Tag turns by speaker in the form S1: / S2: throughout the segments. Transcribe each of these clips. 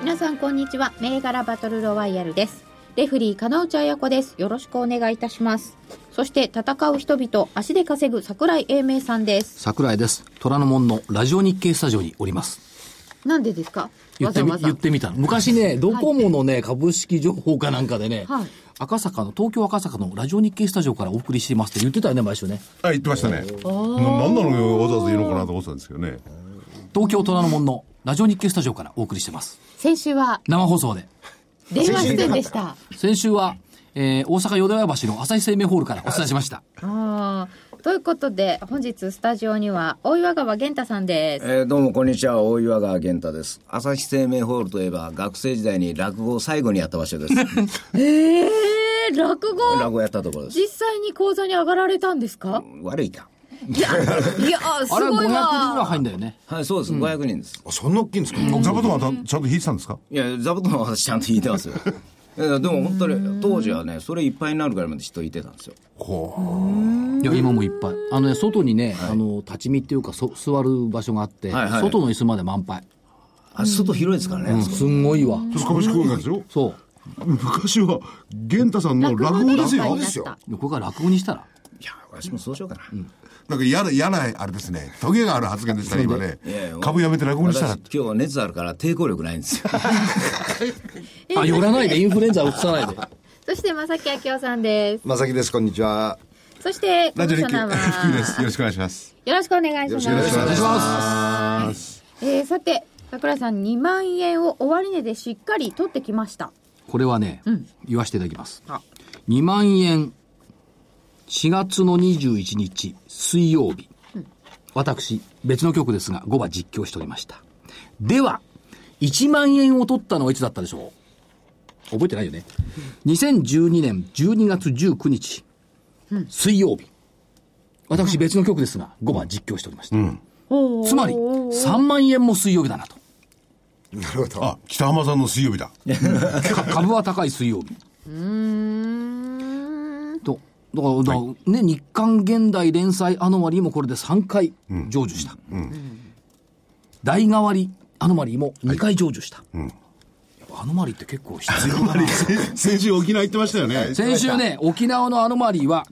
S1: 皆さんこんにちは銘柄バトルロワイヤルですレフリー金内彩子ですよろしくお願いいたしますそして戦う人々足で稼ぐ桜井英明さんです
S2: 桜井です虎ノ門のラジオ日経スタジオにおります
S1: なんでですか
S2: 言
S1: わ
S2: って
S1: ざ
S2: み
S1: わざ
S2: 言ってみたの昔ねドコモのね、株式情報かなんかでね、
S1: はい
S2: 赤坂の東京赤坂のラジオ日経スタジオからお送りしてますって言ってたよね毎週ね
S3: あ、言ってましたね。ななんなのよわざわざ言うのかなと思ってたんですけどね。
S2: 東京虎ノ門のラジオ日経スタジオからお送りしてます
S1: 先週は
S2: 生放送で
S1: 電話出演でした
S2: 先週は、えー大阪淀川橋の朝日生命ホールからお伝えしました
S1: あーということで本日スタジオには大岩川源太さんです
S4: えーどうもこんにちは大岩川源太です朝日生命ホールといえば学生時代に落語を最後にやった場所です
S1: ええー、落
S4: 落
S1: 語
S4: 語やったところです
S1: 実際に講座に上がられたんですか
S4: 悪いか
S1: いやいやーす
S2: あれは
S1: ご
S2: 500人
S1: い
S2: ぐらい
S1: わ
S2: 入んだよね
S4: はいそうです、500人です
S5: あそんな大きいんですか、
S3: 座布団はたちゃんと引いてたんですか
S4: いや座布団は私ちゃんと引いて ますよいやでも本当に当時はねそれいっぱいになるぐらいまで人いてたんですよ
S2: いや今もいっぱいあのね外にね、あの立ち見っていうかそ座る場所があって、
S4: はいはい
S2: 外の椅子まで満杯、
S4: あ外広いですからね、
S2: うん、すんごいわ
S3: そ株式公開ですよ。
S2: そう
S3: 昔は、玄太さんの落語ですよ。
S1: ですよ
S2: でこれから落語にしたら
S4: いや私もそうしようかな、
S3: なんか嫌な、嫌な、あれですね。トゲがある発言でしたね、今ね
S4: いい。
S3: 株やめて落語にしたら
S4: 私。今日は熱あるから抵抗力ないんですよ
S2: あ寄らないでインフルエンザ移さないで
S1: そして正木明夫さんです
S5: まさきですこんにちは
S1: そしてこ
S3: ラ
S1: の
S3: ジオ日
S1: 人
S3: 経、
S1: 様
S3: 福井です。よろしくお願いします。
S1: よろしくお願いします。
S3: お願いします。
S1: えーさて、桜井さん、2万円を終値でしっかり取ってきました。
S2: これはね、言わせていただきます
S1: あ
S2: 2万円4月の21日水曜日、私別の局ですが5話実況しておりましたでは1万円を取ったのはいつだったでしょう覚えてないよね2012年12月19日、水曜日私別の局ですが5話実況しておりました、つまり3万円も水曜日だなと
S5: なるほど
S3: あ、北浜さんの水曜日だ。
S2: か株は高い水曜日。と、だから、だからね、日刊現代連載アノマリーもこれで3回成就した。代替わりアノマリーも2回成就した。やっぱアノマリーって結構必要だな。
S3: 先週沖縄行ってましたよね。
S2: 先週ね、沖縄のアノマリーは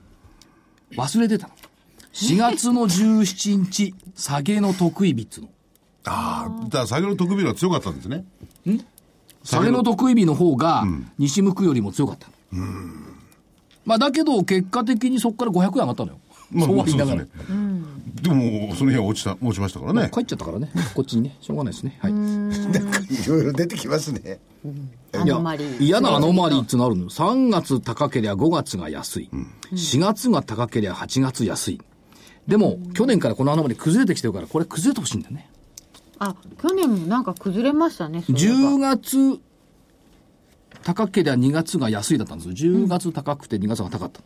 S2: 忘れてたの。4月の17日、下げの得意日っつうの。
S3: ああ、だから先ほどの特備のは強かったんですね。
S2: 下げの得意日の方が、西向くよりも強かったの。まあ、だけど、結果的にそこから500円上がったのよ。そうは言いながら。
S3: そうですね。でも、その日は落ちた、落ちましたからね。
S2: 帰っちゃったからね、こっちにね、しょうがないですね。はい。
S5: いろいろ出てきますね
S1: アノマリー。
S2: 嫌なアノマリーってなるのよ。3月高けりゃ5月が安い。4月が高けりゃ8月安い。でも、去年からこのアノマリー崩れてきてるから、これ崩れてほしいんだよね。
S1: あ、去年もなんか崩れましたね、それが
S2: 10月高けりゃ2月が安いだったんですよ。10月高くて2月が高かった。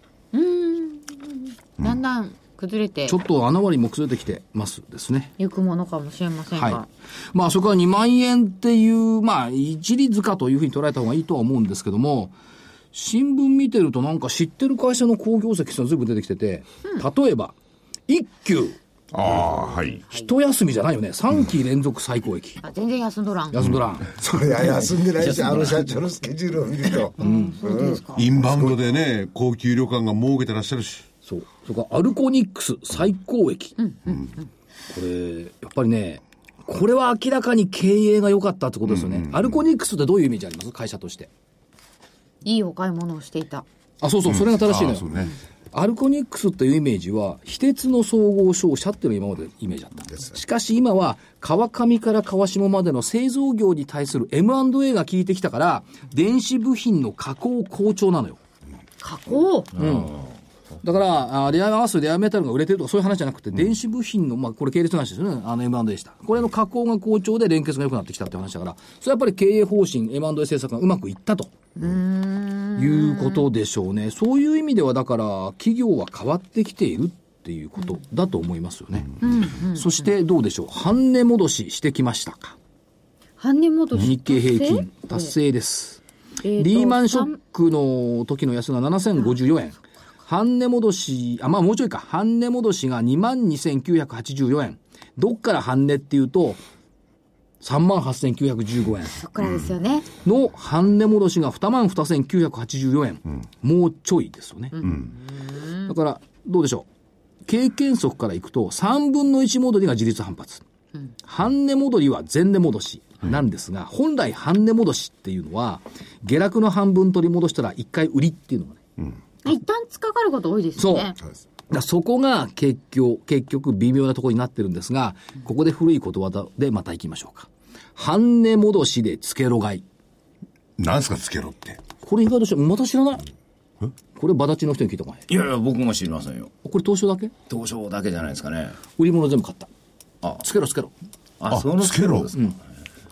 S1: だんだん崩れて
S2: ちょっとアノマリーも崩れてきてますですね。
S1: いくものかもしれませんが。
S2: はい。まあ、そこは2万円っていう、まあ、一律かというふうに捉えた方がいいとは思うんですけども、新聞見てるとなんか知ってる会社の好業績っていうのが随分出てきてて、例えば、一休、
S3: ああ、はい。
S2: 一休みじゃないよね。3期連続最高益。
S1: あ全然休んどらん。
S2: 安ドラン。
S5: それは 休んでないしあの社長のスケジュールを見ると、
S3: インバウンドでね、高級旅館が儲けてらっしゃるし。
S2: そう。それから、アルコニックス最高益。これ、やっぱりね、これは明らかに経営が良かったってことですよね。アルコニックスってどういうイメージあります会社として。
S1: いいお買い物をしていた。
S2: あ、そうそう、それが正しいの
S3: あ
S2: よ。
S3: そうね。
S2: アルコニックスというイメージは、非鉄の総合商社っていうのが今までイメージだった。しかし今は、川上から川下までの製造業に対する M&A が効いてきたから、電子部品の加工好調なのよ。
S1: 加工
S2: だから、あレアアース、レアメタルが売れてるとか、そういう話じゃなくて、電子部品の、まあ、これ、系列の話ですよね、あの M&A でした。これの加工が好調で連結が良くなってきたって話だから、それはやっぱり経営方針、M&A 政策がうまくいったと。いうことでしょうね。そういう意味では、だから、企業は変わってきているっていうことだと思いますよね。そして、どうでしょう。半値戻ししてきましたか。
S1: 半値戻し
S2: 日経平均達成です。
S1: えーと
S2: リーマンショックの時の安が7054円。半値戻し、あ、まあもうちょいか。半値戻しが22,984円。どっから半値っていうと、38,915円
S1: そっからですよね、
S2: の半値戻しが22,984円。もうちょいですよね。だから、どうでしょう。経験則からいくと、3分の1戻りが自立反発。半値戻りは前値戻しなんですが、本来半値戻しっていうのは、下落の半分取り戻したら一回売りっていうのがね。
S1: 一旦つかかること多いですよね
S2: そう。だからそこが結局、結局微妙なところになってるんですが、ここで古い言葉でまた行きましょうか。半値戻しでつけろがい。
S3: なんすかつけろって。
S2: これ意外とし、また知らない。これ、バダチの人に聞いたかね。
S4: いやいや、僕も知りませんよ。
S2: これ、東証だけ
S4: 東証だけじゃないですかね。
S2: 売り物全部買った。
S4: あ
S2: つけろつけろ。
S4: あ、
S3: あ
S4: そ、の
S3: つけろ
S4: です。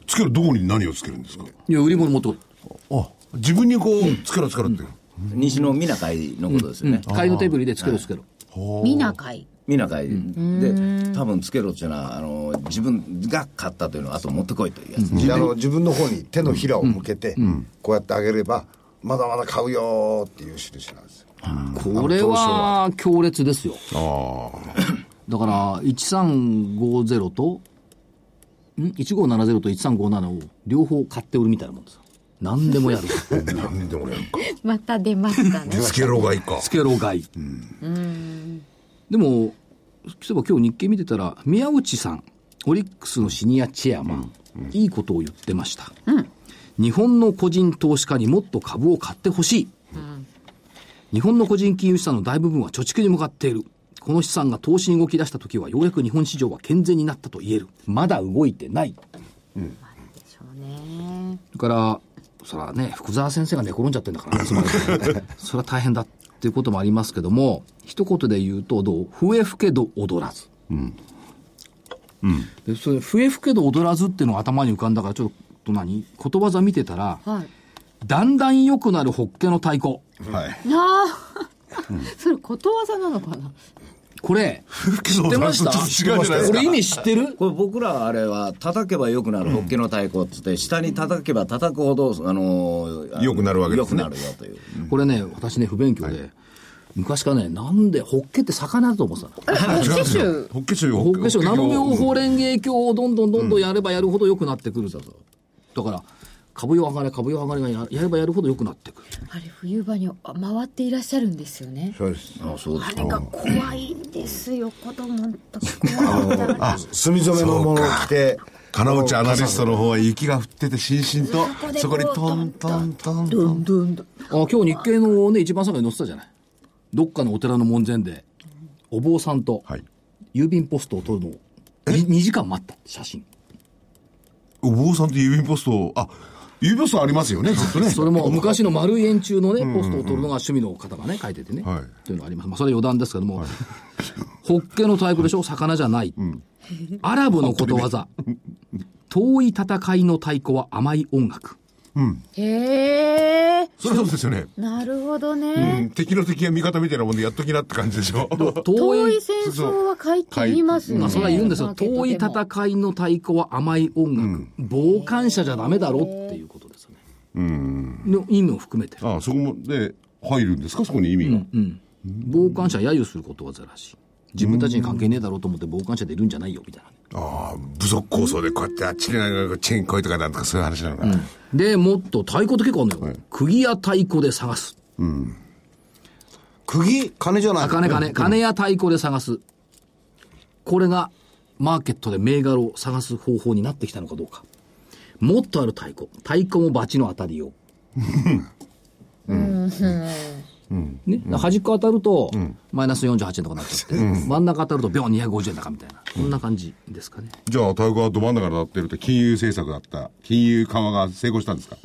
S3: つけろ、どこに何をつけるんですか
S2: いや、売り物持ってこい。
S3: あ、自分にこう、つけろつけろって。
S4: 西のみな会のことですよね。
S2: 買いの手振りでつけろつけろ。
S1: 見なかい
S4: みな会で、多分つけろっていうのは、あの、自分が買ったというのは、あと持ってこいというやつ。
S5: あの自分の方に手のひらを向けて、こうやってあげればまだまだ買うよーっていう印なんですよ
S2: これは強烈ですよ。 だから、1350と、ん ?1570 と1357を両方買って売るみたいなもんですよ。何でもやる。
S3: なんでもね、
S1: また出ましたね
S3: つけろがいいか
S2: つ。けろ買い。でも、そういえば今日日経見てたら、宮内さん、オリックスのシニアチェアマン、いいことを言ってました。日本の個人投資家にもっと株を買ってほしい。日本の個人金融資産の大部分は貯蓄に向かっている。この資産が投資に動き出した時は、ようやく日本市場は健全になったと言える。まだ動いてない。
S1: でしょうね
S2: だから、そらね、福沢先生が寝転んじゃってんだ からね、つまり。それは大変だっていうこともありますけども、一言で言うと、どう笛吹けど踊らず。でそれ笛吹けど踊らずっていうのが頭に浮かんだから、ちょっと何ことわざ見てたら、
S1: はい
S2: だんだん良くなるホッケの太鼓。
S3: はい。
S1: ああそれことわざなのかな
S2: これ、知ってました
S3: ちょっと違うじゃないです
S2: こ
S3: か
S2: れ意味知ってる
S4: これ僕らあれは叩けば良くなるホッケの太鼓っつって下に叩けば叩くほどあのー
S3: 良くなるわけですね
S4: 良くなるよという
S2: これね、私ね、不勉強で、昔からね、なんでホッケって魚だと思ってたの。
S3: 違うんですよ。ホッケ酒ホ
S2: 法華経、南無妙法蓮華経をどんどんどんどんやればやるほど良くなってくるだと。だから、株よ上がれ、株よ上がれがややればやるほど良くなってくる。
S1: あれ冬場に回っていらっしゃるんですよね
S5: そうです
S4: あそうです
S1: あれが怖いんですよ子供のと怖いんだから
S3: あ、
S5: 墨染めのものを着て
S3: 金内アナリストの方は雪が降っててしんしんと、そこにトントントントン。
S1: どんどん
S2: あ今日日経のね、一番最後に載ってたじゃない。どっかのお寺の門前で、お坊さんと
S3: はい。
S2: 郵便ポストを取るのを、2時間待った写真。
S3: お坊さんと郵便ポストを、あ、郵便ポストありますよね、ずっとね。
S2: それも昔の丸い円柱のね、ポストを取るのが趣味の方がね、書いててね。
S3: はい
S2: というのがあります。まあ、それは余談ですけども、ホッケのタイプでしょ魚じゃない。アラブのことわざ。遠い戦いの太鼓は甘い音楽。
S1: へえ
S3: それはそうですよね。
S1: なるほどね、
S3: うん敵の敵が味方みたいなもんでやっときなって感じでし ょ。
S2: 遠
S1: 遠い
S2: い、
S1: 戦争は書いて言いますよね。
S2: まあ、それは言うんです
S1: マ
S2: よ。
S1: ーケット
S2: 遠い
S1: でも
S2: 戦いの太鼓は甘い音楽。傍観者じゃダメだろっていうことですよね。の意味を含めて。
S3: あそこも、で、入るんですか、そこに意味が。
S2: 傍観者揶揄することわざらしい。自分たちに関係ねえだろうと思って傍観者でいるんじゃないよ、みたいなね。
S3: ああ、部族構想でこうやってあっちになんかチェーンコイとかなんとかそういう話なのかな。
S2: で、もっと太鼓って結構あるのよ。釘や太鼓で探す。
S5: 釘金じゃな
S2: あ、
S5: い
S2: 金金。金や太鼓で探す。これが、マーケットで銘柄を探す方法になってきたのかどうか。もっとある太鼓。太鼓もバチの当たりを。ね、端っこ当たると、マイナス48円とかなっちゃって、真ん中当たると、秒250円高みたいな、そんな感じですかね。
S3: じゃあ、タイガーど真ん中になってると金融政策だった。金融緩和が成功したんですか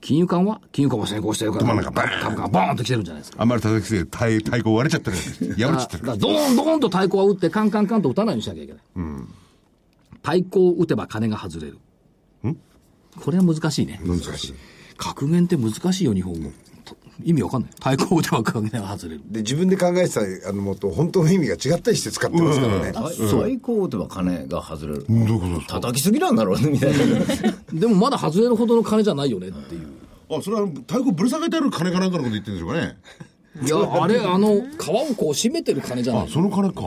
S2: 金融緩和金融緩和成功してるから、
S3: ど真ん中バーン
S2: 株価がボーンと来てるんじゃないですか。
S3: あんまり叩きすぎて太太鼓割れちゃったからやめちゃ
S2: だ
S3: っ
S2: か
S3: たからら
S2: ドーンドーンと太鼓は打ってカンカンカンと打たないようにしなきゃいけない、太鼓を打てば金が外れるこれは難しいね
S5: 難しい
S2: 格言って難しいよ日本語と意味わかんない太鼓を打てば金が外れる
S5: で自分で考えてたあのもっと本当の意味が違ったりして使ってますからね、
S4: 最高とは金が外れる。
S3: うんどういうことですか
S4: 叩きすぎなんだろうね、みたいな。
S2: でもまだ外れるほどの金じゃないよねっていう
S3: あそれは太鼓ぶら下げてある金かなんかのこと言ってるんでしょうかね
S2: いやあれあの皮をこう締めてる金じゃな
S3: あ
S2: い
S3: その金か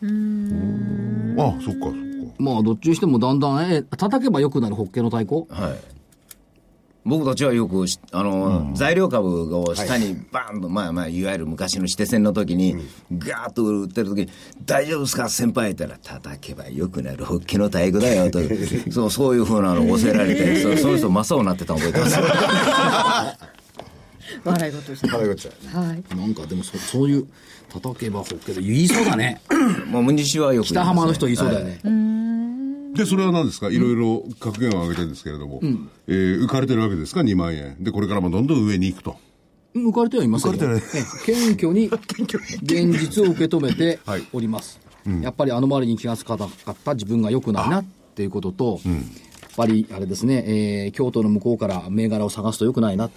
S3: うんあそっかそっか
S2: まあどっちにしてもだんだんえ叩けばよくなるホッケの太鼓
S4: はい。僕たちはよくし、あの、材料株を下にバーンと、まあまあ、いわゆる昔の指定戦の時に、ガーッと売ってる時に、大丈夫ですか先輩って言ったら、叩けばよくなる、ホッケの太鼓だよ、と。そう、そういうふうなのを教えられて、そうその人、マサオになってたの覚えてます。
S1: 笑い事です。
S5: 原口さん
S1: はい。
S2: なんかでもそそういう叩けばホッケで言いそうだね
S4: もう、無西はよく言いますね、
S2: 北浜の人言いそうだよね、
S3: でそれは何ですかいろいろ格言を上げてるんですけれども、えー浮かれてるわけですか2万円でこれからもどんどん上に行くと
S2: うん浮かれてはいませんよ
S3: 浮かれて
S2: ええ謙虚 に現実を受け止めて
S3: はい
S2: おります、やっぱりあの周りに気がつかなかった自分が良くないなっていうことと、やっぱりあれですね、えー京都の向こうから銘柄を探すと良くないなって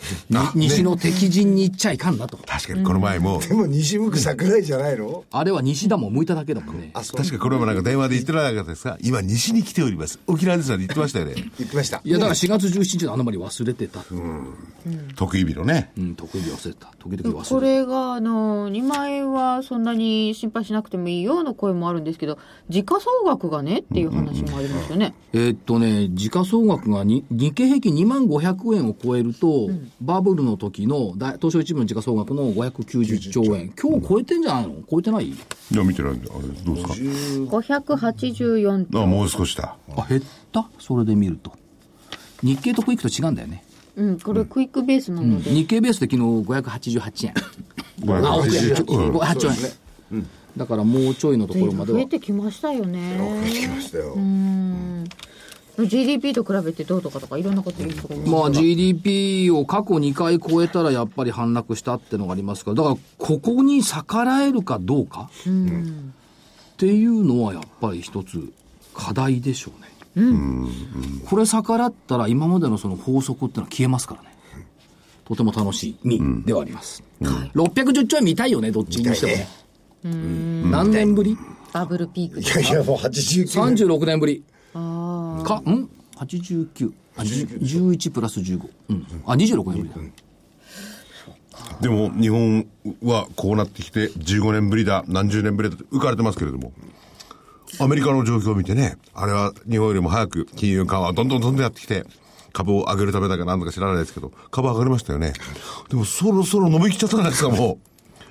S2: に西の敵陣に行っちゃいかんなと
S3: 確かにこの前も、
S5: でも西向く桜井じゃないの
S2: あれは西田も向いただけだもんね、
S3: 確かこれもなんか電話で言ってなかったですが今西に来ております沖縄ですなんて言ってましたよね
S5: 言ってました
S2: いやだから4月17日のあの周り忘れてた、うん
S3: 得意日のね
S2: 得意日忘れた時々忘れた
S1: これが、あの、2万円はそんなに心配しなくてもいいよの声もあるんですけど、時価総額がねっていう話もありますよね。
S2: えーっとね、時価総額がに日経平均2万500円を超えると、バブルの時の大東証一部の時価総額の590兆円、今日超えてんじゃないの超えてない
S3: いや見てないんだあれどうです
S1: 584
S3: かあもう少しだ
S2: あ、減ったそれで見ると。日経とクイックと違うんだよね。
S1: うん、これクイックベースなので、
S2: 日経ベースで昨日588円。あ、億円。
S3: 580
S2: 588円。だからもうちょいのとこ
S1: 随
S2: ろ
S1: 分
S2: まで
S1: 増
S2: は
S1: え。てきましたよね。
S5: 来ましたよ
S1: GDP と比べてどうとかとかいろんなこと言うところ
S2: ま
S1: も
S2: あ
S1: ある
S2: GDP を過去2回超えたらやっぱり反落したってのがありますから、だからここに逆らえるかどうか、っていうのはやっぱり一つ課題でしょうね。これ逆らったら今までのその法則ってのは消えますからね。とても楽しい2ではあります。610兆円見たいよね、どっちにしてもね。うん何年ぶり
S1: バブルピーク
S5: いやいやもう89
S2: ?36 年ぶり。か、ん ?89。あ、11プラス15。うん。あ、26年ぶりだ。
S3: でも日本はこうなってきて15年ぶりだ何十年ぶりだって浮かれてますけれどもアメリカの状況を見てねあれは日本よりも早く金融緩和どんどんどんどんやってきて株を上げるためだかなんだか知らないですけど株上がりましたよねでもそろそろ伸びきっちゃったじゃないですかも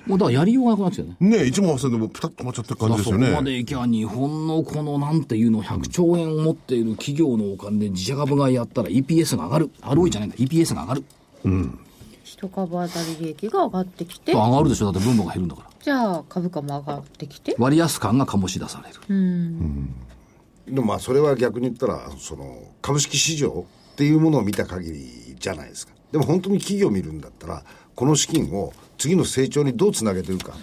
S2: もうだからやりようがなくなっちゃうね。
S3: うね一問忘れてもピタッと止まっちゃってる感じですよね
S2: そこまでいきゃ日本のこのなんていうの100兆円を持っている企業のお金で自社株買いやったら EPS が上がる。ROE じゃないんだ。EPS が上がる。
S1: 一株当たり利益が上がってきて
S2: 上がるでしょ。だって分母が減るんだから。
S1: じゃあ株価も上がってきて
S2: 割安感が醸し出される。
S5: でもまあそれは逆に言ったらその株式市場っていうものを見た限りじゃないですかでも本当に企業を見るんだったらこの資金を次の成長にどうつなげてるか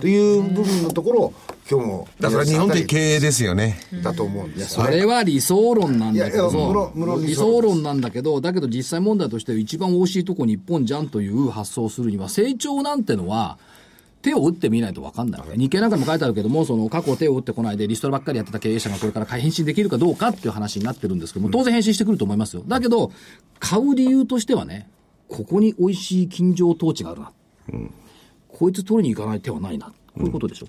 S5: という部分のところを今日も
S3: だから日本的経営ですよね
S5: だと思うんです
S2: それは理想論なんだけど
S5: いやいや無論無論
S2: 理
S5: 理想
S2: 想
S5: 論で
S2: 論
S5: す
S2: なんだけどだけど実際問題として一番惜しいとこ日本じゃんという発想をするには成長なんてのは手を打ってみないと分かんないわけ日経なんかにも書いてあるけどもその過去手を打ってこないでリストラばっかりやってた経営者がこれから変身できるかどうかっていう話になってるんですけども当然変身してくると思いますよだけど買う理由としてはねここに美味しい近所統治があるなこいつ取りに行かない手はないな。こういうことでしょ、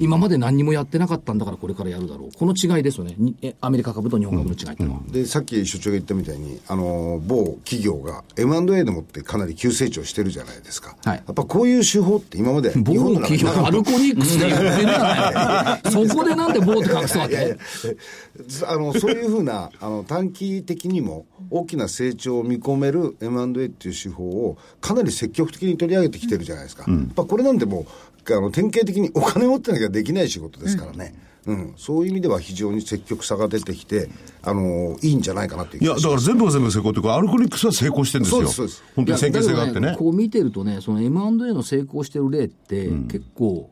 S2: 今まで何にもやってなかったんだからこれからやるだろう。この違いですよね。にえアメリカ株と日本株の違いってのは。
S5: でさっき所長が言ったみたいにあの某企業が M&A でもってかなり急成長してるじゃないですか、
S2: はい
S5: やっぱこういう手法って今まで日
S2: 某
S5: 本の中
S2: 企業、
S5: になかった
S2: アルコニックスで言ってんじゃ ないそこでなんで某って隠すわ
S5: いやいや
S2: け
S5: ず あのそういうふうなあの短期的にも大きな成長を見込める M&A っていう手法をかなり積極的に取り上げてきてるじゃないですか、やっぱこれなんてもうあの典型的にお金持ってなきゃできない仕事ですからね、うん、そういう意味では非常に積極さが出てきて、あのいいんじゃないかなっていう
S3: い
S5: 気
S3: や、だ
S5: がし
S3: から全部が全部成功っていうか、アルコニックスは成功してるんですよ。
S5: そうですそうです
S3: 本当に先見性があっ
S2: いやだ
S3: て
S2: けど
S3: ね。
S2: こう見てるとね、その M&A の成功してる例って、結構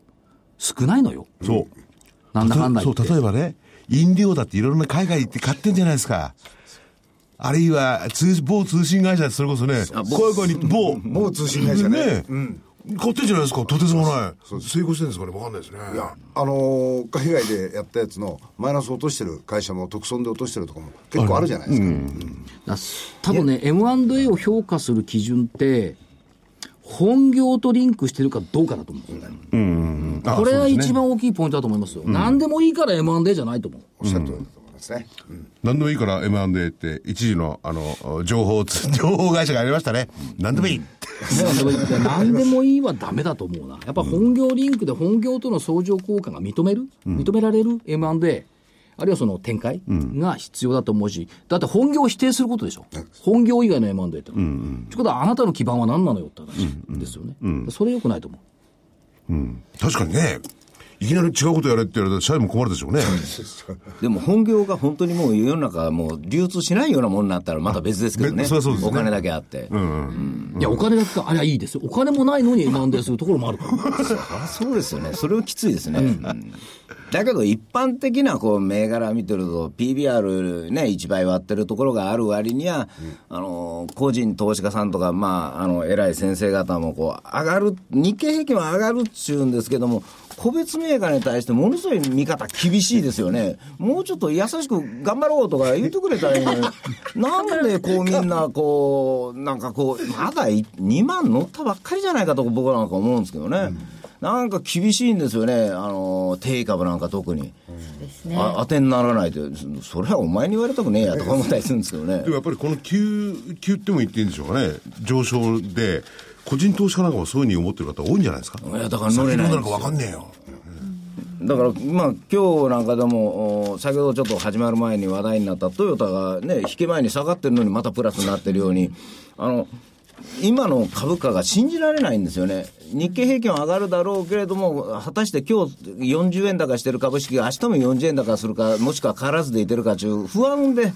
S2: 少ないのよ。
S3: そう。
S2: なんだかんだ
S3: そ
S2: 言
S3: う
S2: って。
S3: 例えばね、飲料だっていろんな海外行って買ってんじゃないですか。あるいは、通某通信会社それこそね、海外に某、
S5: 某通信会社ね
S3: 買ってんじゃないですか、とてつもない。成功してるんですかね、わかんないですね。いや、
S5: あの海外でやったやつのマイナス落としてる会社も特損で落としてるとこも結構あるじゃないですか、
S2: だ多分ね、M&A を評価する基準って、本業とリンクしてるかどうかだと思うんですよね。これが一番大きいポイントだと思いますよ。何でもいいから M&A じゃないと思う。
S5: おっしゃる通りだと思いますね、うん
S3: 何でもいいから M&A って、一時の、あの、情報つ、 情報会社がありましたね。何でもいいって。
S2: 何でもいいいや何でもいいはダメだと思うな。やっぱ本業リンクで本業との相乗効果が認める、認められる M&A、あるいはその展開が必要だと思うし、だって本業を否定することでしょ。本業以外の M&A ってのは。ってことはあなたの基盤は何なのよって話ですよね。それ良くないと思う。
S3: 確かにね、いきなり違うことやれって言われたら、社員も困るでしょうね。
S4: でも本業が本当にもう世の中もう流通しないようなものになったらまた別ですけど
S3: あ
S4: ね
S3: 別そりゃそうですね
S4: お金だけあって、
S2: いや、お金だけか、あれはいいですよ。お金もないのに M&A するところもある から。
S4: あそうですよねそれはきついですね、うんだけど一般的なこう銘柄見てると PBR ね1倍割ってるところがある割には、あの個人投資家さんとかまああの偉い先生方もこう上がる日経平均は上がるっちゅうんですけども個別銘柄に対してものすごい見方厳しいですよねもうちょっと優しく頑張ろうとか言ってくれたらいいのになんでこうみんなこうなんかこうまだ2万乗ったばっかりじゃないかと僕はなんか思うんですけどね、なんか厳しいんですよね、あの定株なんか特に、
S1: ですね。
S4: あ当てにならないと、そそれはお前に言われたくねえやとか思ったりするんですけどね
S3: で、もやっぱりこの急、急っても言っていいんでしょうかね、上昇で、個人投資家なんかもそういうふうに思ってる方多いんじゃないですか。
S4: いやだから乗れない
S3: 先どうなるかわかんねえよ。
S4: だから、まあ今日なんかでも、お先ほどちょっと始まる前に話題になったトヨタがね、引け前に下がってるのに、またプラスになってるように。あの今の株価が信じられないんですよね、日経平均は上がるだろうけれども、果たして今日40円高してる株式が明日も40円高するか、もしくは変わらずでいてるかという不安で、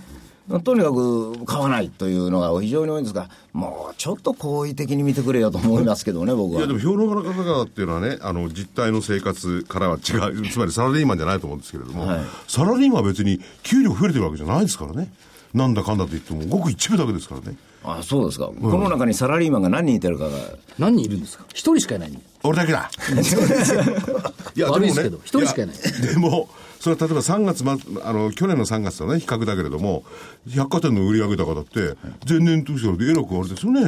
S4: とにかく買わないというのが非常に多いんですが、もうちょっと好意的に見てくれよと思いますけどね、僕
S3: いや、
S4: は
S3: で。も評論家の方々っていうのはね、あの、実態の生活からは違う、つまりサラリーマンじゃないと思うんですけれども、
S4: はい
S3: サラリーマンは別に給料増えてるわけじゃないですからね。なんだかんだと言っても、ごく一部だけですからね。
S4: あそうですか、この中にサラリーマンが何人いてるかが。
S2: 何人いるんですか一人しかいないの
S3: 俺だけだ。い
S2: 悪いですけど一人しかいない
S3: やでも、それは例えば3月末、あの、去年の3月とね、比較だけれども、百貨店の売上高だって、前年と比べてえらくあれですよね。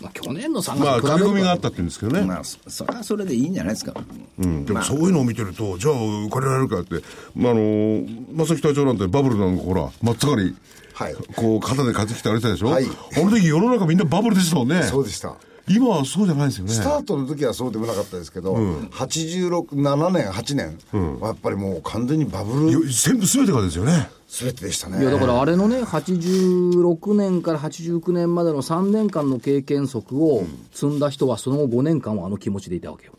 S2: まあ、去年の3月
S3: まあ、
S2: と比べると
S3: 駆け込みがあったって言うんですけどね。
S4: まあ、そそれはそれでいいんじゃないですか。
S3: でもそういうのを見てると、じゃあ、お金られるかって、まあ、あのー、正木隊長なんてバブルなんかほら、真っ盛り、
S5: はい
S3: こう、肩で担ぎ着て歩いてたでしょ、
S5: はい
S3: あの時世の中みんなバブルでしたもんね。
S5: そうでした
S3: 今はそうじゃないですよね。
S5: スタートの時はそうでもなかったですけど、86、7年、8年、はやっぱりもう完全にバブ
S3: よ
S5: ル
S3: 全部全てがですよね。
S5: すべてでしたね。
S2: いやだからあれのね、86年から89年までの3年間の経験則を積んだ人は、その後5年間はあの気持ちでいたわけよ。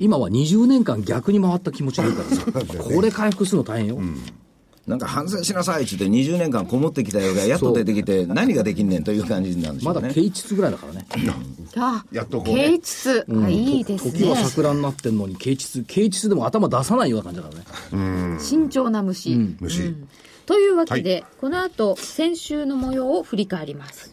S2: 今は20年間逆に回った気持ちでいるからさ、これ回復するの大変よ。
S4: なんか反省しなさいって言って20年間こもってきたようがやっと出てきて何ができんねんという感じなんでしょ
S2: ま
S4: う
S2: だ
S4: ね。
S2: 啓蟄ぐらいだからね。
S1: あ、
S3: やっとこうね
S1: 啓蟄、あいいです
S2: 時は
S1: ね。
S2: 桜になってんのに啓蟄、啓蟄でも頭出さないような感じだからね。
S1: 慎重な虫。
S3: 虫。
S1: というわけで、この後先週の模様を振り返ります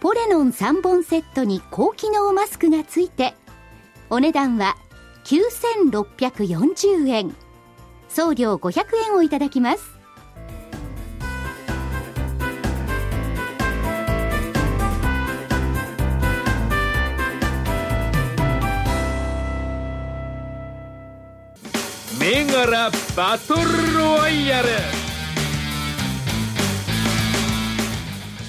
S6: ポレノン3本セットに高機能マスクがついてお値段は9640円送料500円をいただきます
S7: 銘柄バトルロワイヤル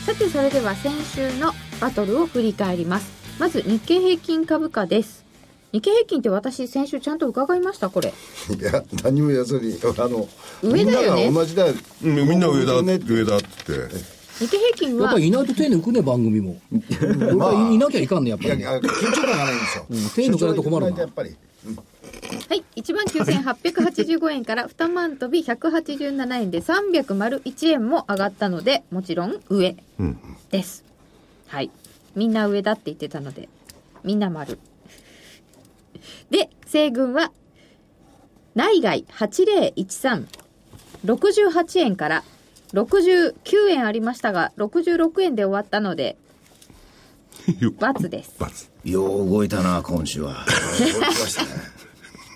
S1: さてそれでは先週のバトルを振り返りますまず日経平均株価です日経平均って私先週ちゃんと伺いましたこれ
S5: いや何も言わずにあの
S1: 上だよね
S5: みんなが同じだよ
S3: うんみんな上だ、
S5: ね
S3: 上だっつって。
S1: 日経平均
S2: やっ
S1: は
S2: ぱりいないと手抜くね、番組も。やっぱりいなきゃいかんね、やっぱ
S5: いやい
S2: り。
S5: や緊張感がないんですよ、
S2: 手抜かないと困るな
S5: 緊張感がいとやっぱり
S1: はい、1万9885円から2万飛び187円で301円も上がったので、もちろん上です。はい。みんな上だって言ってたので、みんな丸。で、西軍は、内外8013、68円から69円ありましたが、66円で終わったので、
S3: よ
S1: ×です。
S3: バツ
S4: よう動いたな今 週は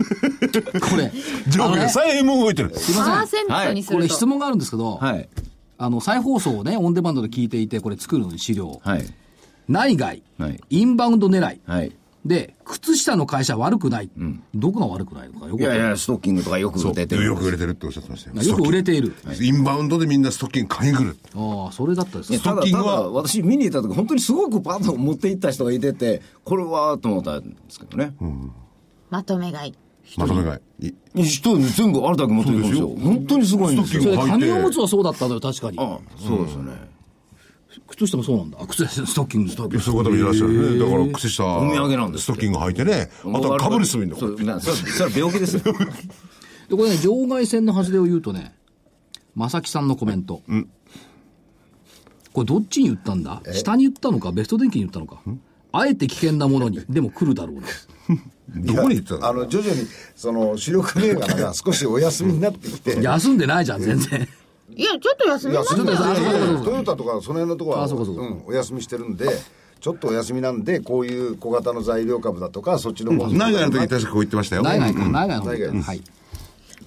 S2: これ、
S3: 上
S2: あ
S3: 下
S2: れ
S3: さえも動いてる。
S2: すい
S1: パ
S2: ま
S1: ー
S2: せん。
S1: セントにす
S2: こ
S1: る
S2: れ
S1: と。
S2: 質問があるんですけど、
S4: はい
S2: あの、再放送をね、オンデマンドで聞いていて、これ作るのに資料。
S4: はい
S2: 内外、
S4: はい
S2: インバウンド狙い。
S4: はいい
S2: で、靴下の会社悪くない。どこが悪くないのかよくわか
S4: や
S2: ん
S4: い
S2: ない
S4: やストッキングとかよく
S3: そう
S4: 出てる
S3: よく売れてるっておっしゃってましたよ。
S2: よく売れている。
S3: インバウンドでみんなストッキング買いに来る。
S2: ああ、それだったです
S4: いや
S2: ね。
S4: た
S3: スト
S4: だ
S3: ッキン
S4: た
S3: グは
S4: だ私見に行った時本当にすごくパッと持って行った人がいててこれはと思ったんですけどね
S1: まとめ買い。
S3: まとめ買い。い
S4: 一人に全部あるだけ持っていくんですよ
S3: そうです
S4: 本当にすごいんです
S3: スト
S2: そ
S3: ッ
S4: よ
S2: れ、
S3: キング
S2: 紙おむつはそうだったのよ、確かに。
S4: あそうですよね
S2: 靴下もそうなんだ。あ靴下、ストッキング。ストッキ
S3: やそういう方もいらっしゃるね。だから靴下、
S4: お土産なんです
S3: ス
S4: っ
S3: ト
S4: て
S3: ッキング履いてね。あとはかぶりすみんだ。
S4: そうなそれそれは病気です よ
S2: で、これね、場外線の外れを言うとね、正木さんのコメント。これどっちに言ったんだ下に言ったのか、ベスト電機に言ったのか。あえて危険なものに、でも来るだろうな。
S3: どこに行ってた
S5: あ
S3: の
S5: の徐々にその主力銘柄が少しお休みになってきて
S2: 休んでないじゃん、全然。
S1: いや、ちょっと休みま
S5: 休
S1: す
S5: んで
S2: あそうかそうかそうか
S5: トヨタとかその辺のところは
S2: あそうかそうか
S5: ん、お休みしてるんでちょっとお休みなんでこういう小型の材料株だとかそっちの方に
S3: 内外の時に確かこう言ってましたよ。
S2: 内外
S3: う
S2: か、
S3: ん
S2: 内外の方
S5: 内外です
S2: はい。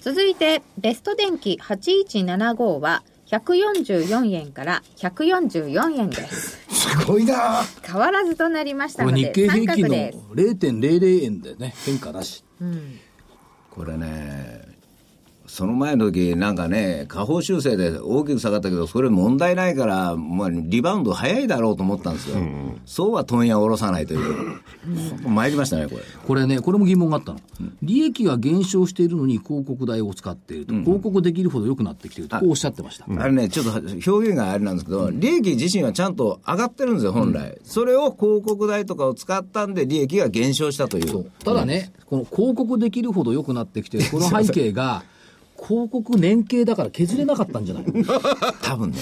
S1: 続いてベスト電機8175は144円から144円です
S5: すごいな
S1: 変わらずとなりまし
S2: こ
S1: たの
S2: れ
S1: で
S2: 日経平均
S1: 三角
S2: の
S1: です
S2: 0.00円でね、変化なし。
S4: これねその前の時なんかね下方修正で大きく下がったけどそれ問題ないから、まあ、リバウンド早いだろうと思ったんですよ、そうは問屋を下ろさないという本当参りましたねこれ
S2: これね、これも疑問があったの。利益が減少しているのに広告代を使っていると。広告できるほど良くなってきていると、こうおっしゃってました。
S4: あれね、ちょっと表現があれなんですけど、利益自身はちゃんと上がってるんですよ、本来。それを広告代とかを使ったんで、利益が減少したという。
S2: そうただね、この広告できるほど良くなってきて、この背景が、広告年計だから削れなかったんじゃない
S4: 多分ね。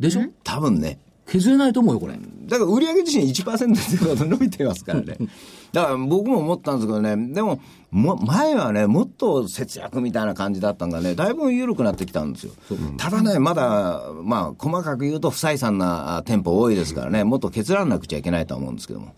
S2: でしょ
S4: 多分ね。
S2: 削れないと思うよ、これ。
S4: だから売上自身1%ってこと伸びてますからね。 だから僕も思ったんですけどね、でも、も前はね、もっと節約みたいな感じだったんがね、だいぶ緩くなってきたんですよ。ただね、まだ、まあ、細かく言うと、不採算なあ店舗多いですからね、もっと削らなくちゃいけないとは思うんですけども。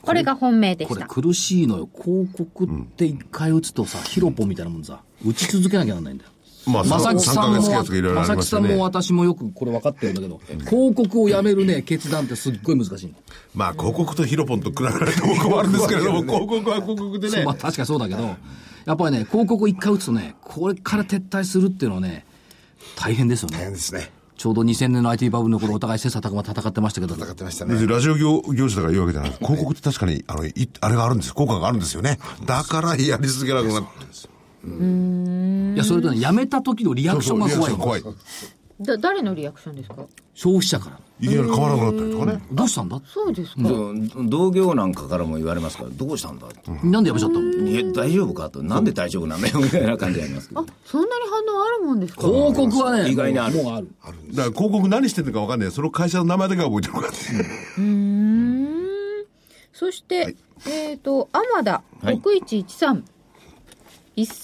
S1: これが本命で
S2: こ
S1: し
S2: れ
S1: た
S2: 苦しいのよ。広告って一回打つとさ、ヒロポみたいなもんさ、打ち続けなきゃなんないんだよ。
S3: まあ、
S2: 正
S3: 三
S2: 木
S3: 三
S2: さん
S3: ヶ
S2: も、
S3: 月やつがいろいろあり
S2: 正
S3: ま
S2: 木
S3: した
S2: さんも
S3: ね。
S2: 私もよくこれ分かってるんだけど、広告をやめるね、決断ってすっごい難しいの。
S3: まあ、広告とヒロポンと比べると僕もあるんですけれども、広告は広告でね
S2: まあ。確かにそうだけど、やっぱりね、広告一回打つとね、これから撤退するっていうのはね、大変ですよね。
S5: 変ですね
S2: ちょうど2000年の IT バブルの頃、お互い切磋琢磨戦ってましたけど、
S5: 戦ってました
S3: 別
S5: ね
S3: にラジオ業業者だから言うわけじゃない。広告って確かに、あの、いあれがあるんですよ。効果があるんですよね。だからやり続けなくなる。
S2: いや、それとね、やめた時のリアクションが怖い。
S3: 怖い。
S1: だ誰のリアクションですか
S2: 消費者から。
S3: いきなり変わらなくなったりとかね。
S2: どうしたんだ
S1: そうですか、
S4: そう同業なんかからも言われますから、どうしたんだって。
S2: なんでやめちゃったの
S4: いや、大丈夫かと。なんで大丈夫なんだよ、みたいな感じになりますけど。
S1: そんなに反応あるもんですか
S2: 広告はね、
S4: 意外にある
S2: もうある。
S3: だから広告何してんのか分かんない。その会社の名前だけは覚えてるから。
S1: そして、えっ、と、アマダ
S4: はい
S1: 6113。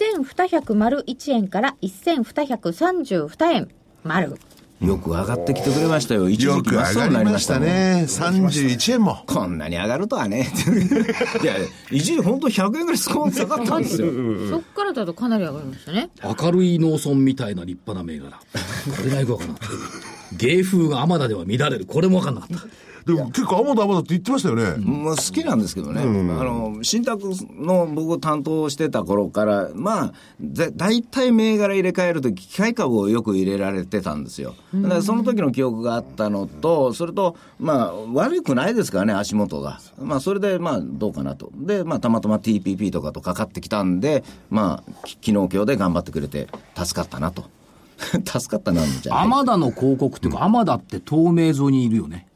S1: 1201円から1232円丸。
S4: よく上がってきてくれましたよ。一
S3: よく
S4: 時期真っ青
S3: 上
S4: に
S3: がり
S4: なり
S3: ま
S4: ま
S3: し
S4: したたね。
S3: ね。31円も。
S4: こんなに上がるとはね。 いや、一時本当100円ぐらいスコーン下がったんですよ。
S1: そっからだとかなり上がりましたね。
S2: 明るい農村みたいな立派な銘柄。これがよくわからなかった。芸風が天田では乱れる。これもわかんなかった。
S3: でも結構アマダアマダって言ってましたよね。
S4: もう好きなんですけどね、あの新宅の僕を担当してた頃から、まあ、ぜ大体銘柄入れ替えるとき、機械株をよく入れられてたんですよ、だからその時の記憶があったのと、それと、まあ、悪くないですからね、足元が、まあ、それで、まあ、どうかなと、で、まあ、たまたま TPP とかとかかってきたんで、まあ、き昨日今日で頑張ってくれて、助かったなと、 助かったなみたいな。
S2: アマダの広告っていうか、アマダって透明像にいるよね。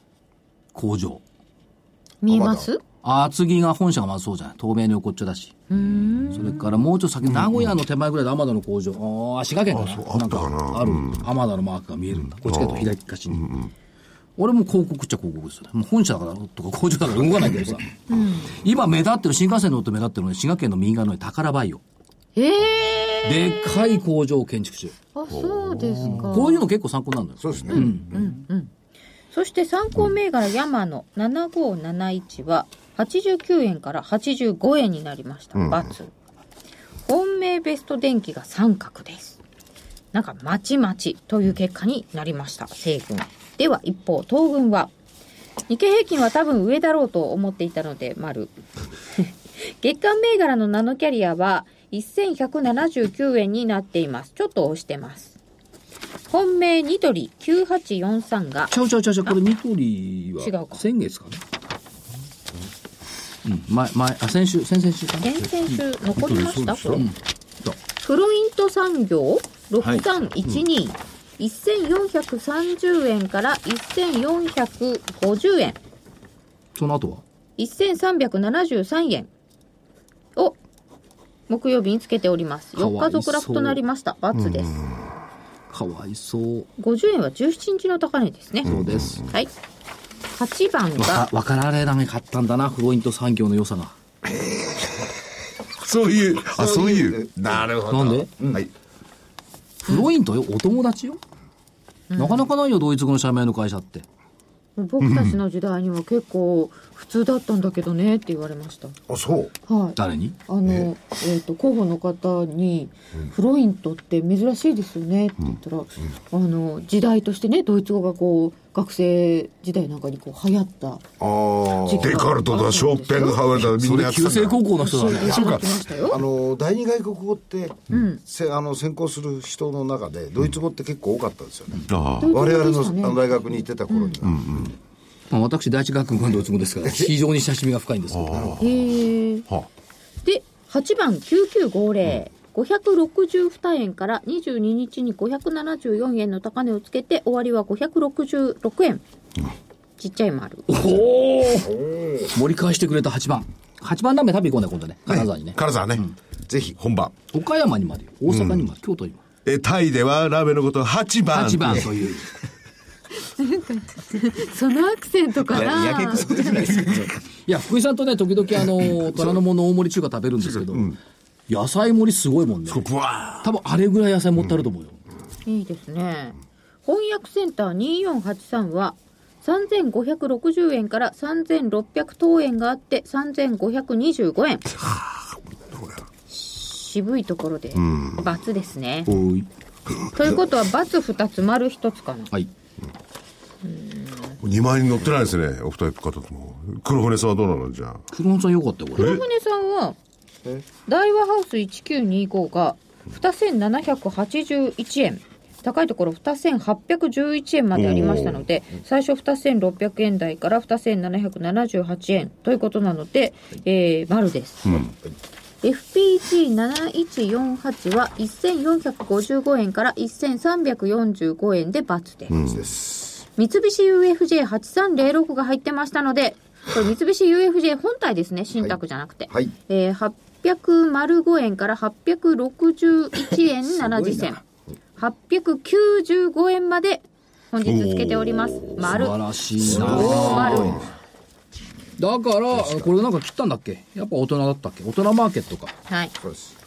S2: 工場。
S1: 見えます
S2: あ厚木が本社がまずそうじゃない。透明の横っちょだし。それからもうちょっと先、名古屋の手前ぐらいでアマダの工場。ああ、滋賀県かな。
S3: あったかな
S2: なんかある。アマダのマークが見えるんだ。こっちかと左っかしに。俺も広告っちゃ広告ですよね。もう本社だからとか工場だから動かないけどさ。今目立ってる、新幹線乗って目立ってるのに、滋賀県の右側の宝バイオ。
S1: ええ
S2: でっかい工場を建築中。
S1: ー。あ、そうですか。
S2: こういうの結構参考になるのよ。
S5: そうですね。
S1: そして参考銘柄ヤマの7571は89円から85円になりました。×。本命ベスト電機が三角です。なんか、まちまちという結果になりました。西軍。では、一方、東軍は、日経平均は多分上だろうと思っていたので、丸。 月間銘柄のナノキャリアは1179円になっています。ちょっと押してます。本命ニトリ9843が
S2: ちゃうちゃうちゃうちゃう、これニトリ
S1: 違う
S2: は
S1: か
S2: 先月かな。うん、前、前、あ、先週、先々週かな。
S1: 先々週残りましたこれ
S2: そう
S1: フロイント産業6312、1430円から1450円
S2: その後は
S1: 1373円を木曜日につけております
S2: かわいそう
S1: 4日続落となりました×です
S2: かわいそう。
S1: 50円は17日の高値ですね
S2: そうです。
S1: はい8番
S2: わ
S1: が
S2: か、わかられなげ買ったんだな、フロイント産業の良さが。
S3: そういう、あ、そういう。なるほ
S2: なんで
S3: はい。
S2: フロイントよ、お友達よ。なかなかないよ、ドイツ語の社名の会社って。
S1: 僕たちの時代には結構普通だったんだけどねって言われました
S5: あ、そう。
S1: はい
S2: 誰に
S1: あの、えっ、と、候補の方に、フロイントって珍しいですよねって言ったら、あの、時代としてね、ドイツ語がこう、学生時代なんかにこう、流行った
S5: あ
S1: 時期があったんですよ。
S3: デカルトだ、ショーペンハウエルだ、みんなやって
S2: 旧
S3: たんだ
S2: 制高校の人だね。
S1: そうか。来ました
S5: あ
S1: よ。
S5: の第二外国語って、せあの専攻する人の中でドイツ語って結構多かったですよね、
S3: ああ
S5: 我々の
S1: そうでしたね
S5: あの大学に行ってた頃には、
S2: まあ私、第一学部のドイツ語です から、非常に親しみが深いんですけど。
S1: へー
S3: は
S1: で、8番9950。562円から22日に574円の高値をつけて終わりは566円、ちっちゃい丸
S2: おお盛り返してくれた8番。8番ラーメン食べ行こうね、今度ね。金沢にね。
S3: 金沢ね。
S5: ぜひ
S3: 本番。
S2: 岡山にまでよ、大阪にまで、京都にも。
S3: え、タイではラーメンのことを8番。
S2: 8番という。
S1: そのアクセントか
S4: ややけくそじゃないですか。
S2: いや、福井さんとね、時々あ の、虎ノ門の大盛り中華食べるんですけど、野菜盛りすごいもんね。
S3: ブワ
S2: 多分あれぐらい野菜盛ってあると思うよ。
S1: いいですね。翻訳センター2483は、3560円から3600等円があって、3525円。渋いところで、×ですね。ということは、×2 つ、丸1つかな。
S2: はい。
S3: ー。2万円乗ってないですね、お二人方とも。黒船さんはどうなのじゃあ。
S2: 黒本さんよかったよ、これ。
S1: 黒船さんは、大和ハウス1925が2781円。高いところ2811円までありましたので、最初2600円台から2778円ということなので、えー、丸です。 FPG7148 は1455円から1345円で×です。三菱 UFJ8306 が入ってましたので、これ三菱 UFJ 本体ですね、新宅じゃなくて。
S5: はい
S1: えー、805円から861円70銭。895円まで本日つけております。丸。
S2: 素晴らしいな
S1: 大丸。
S2: だから、これなんか切ったんだっけやっぱ大人だったっけ大人マーケットか。
S1: はい。
S5: そうです
S3: ね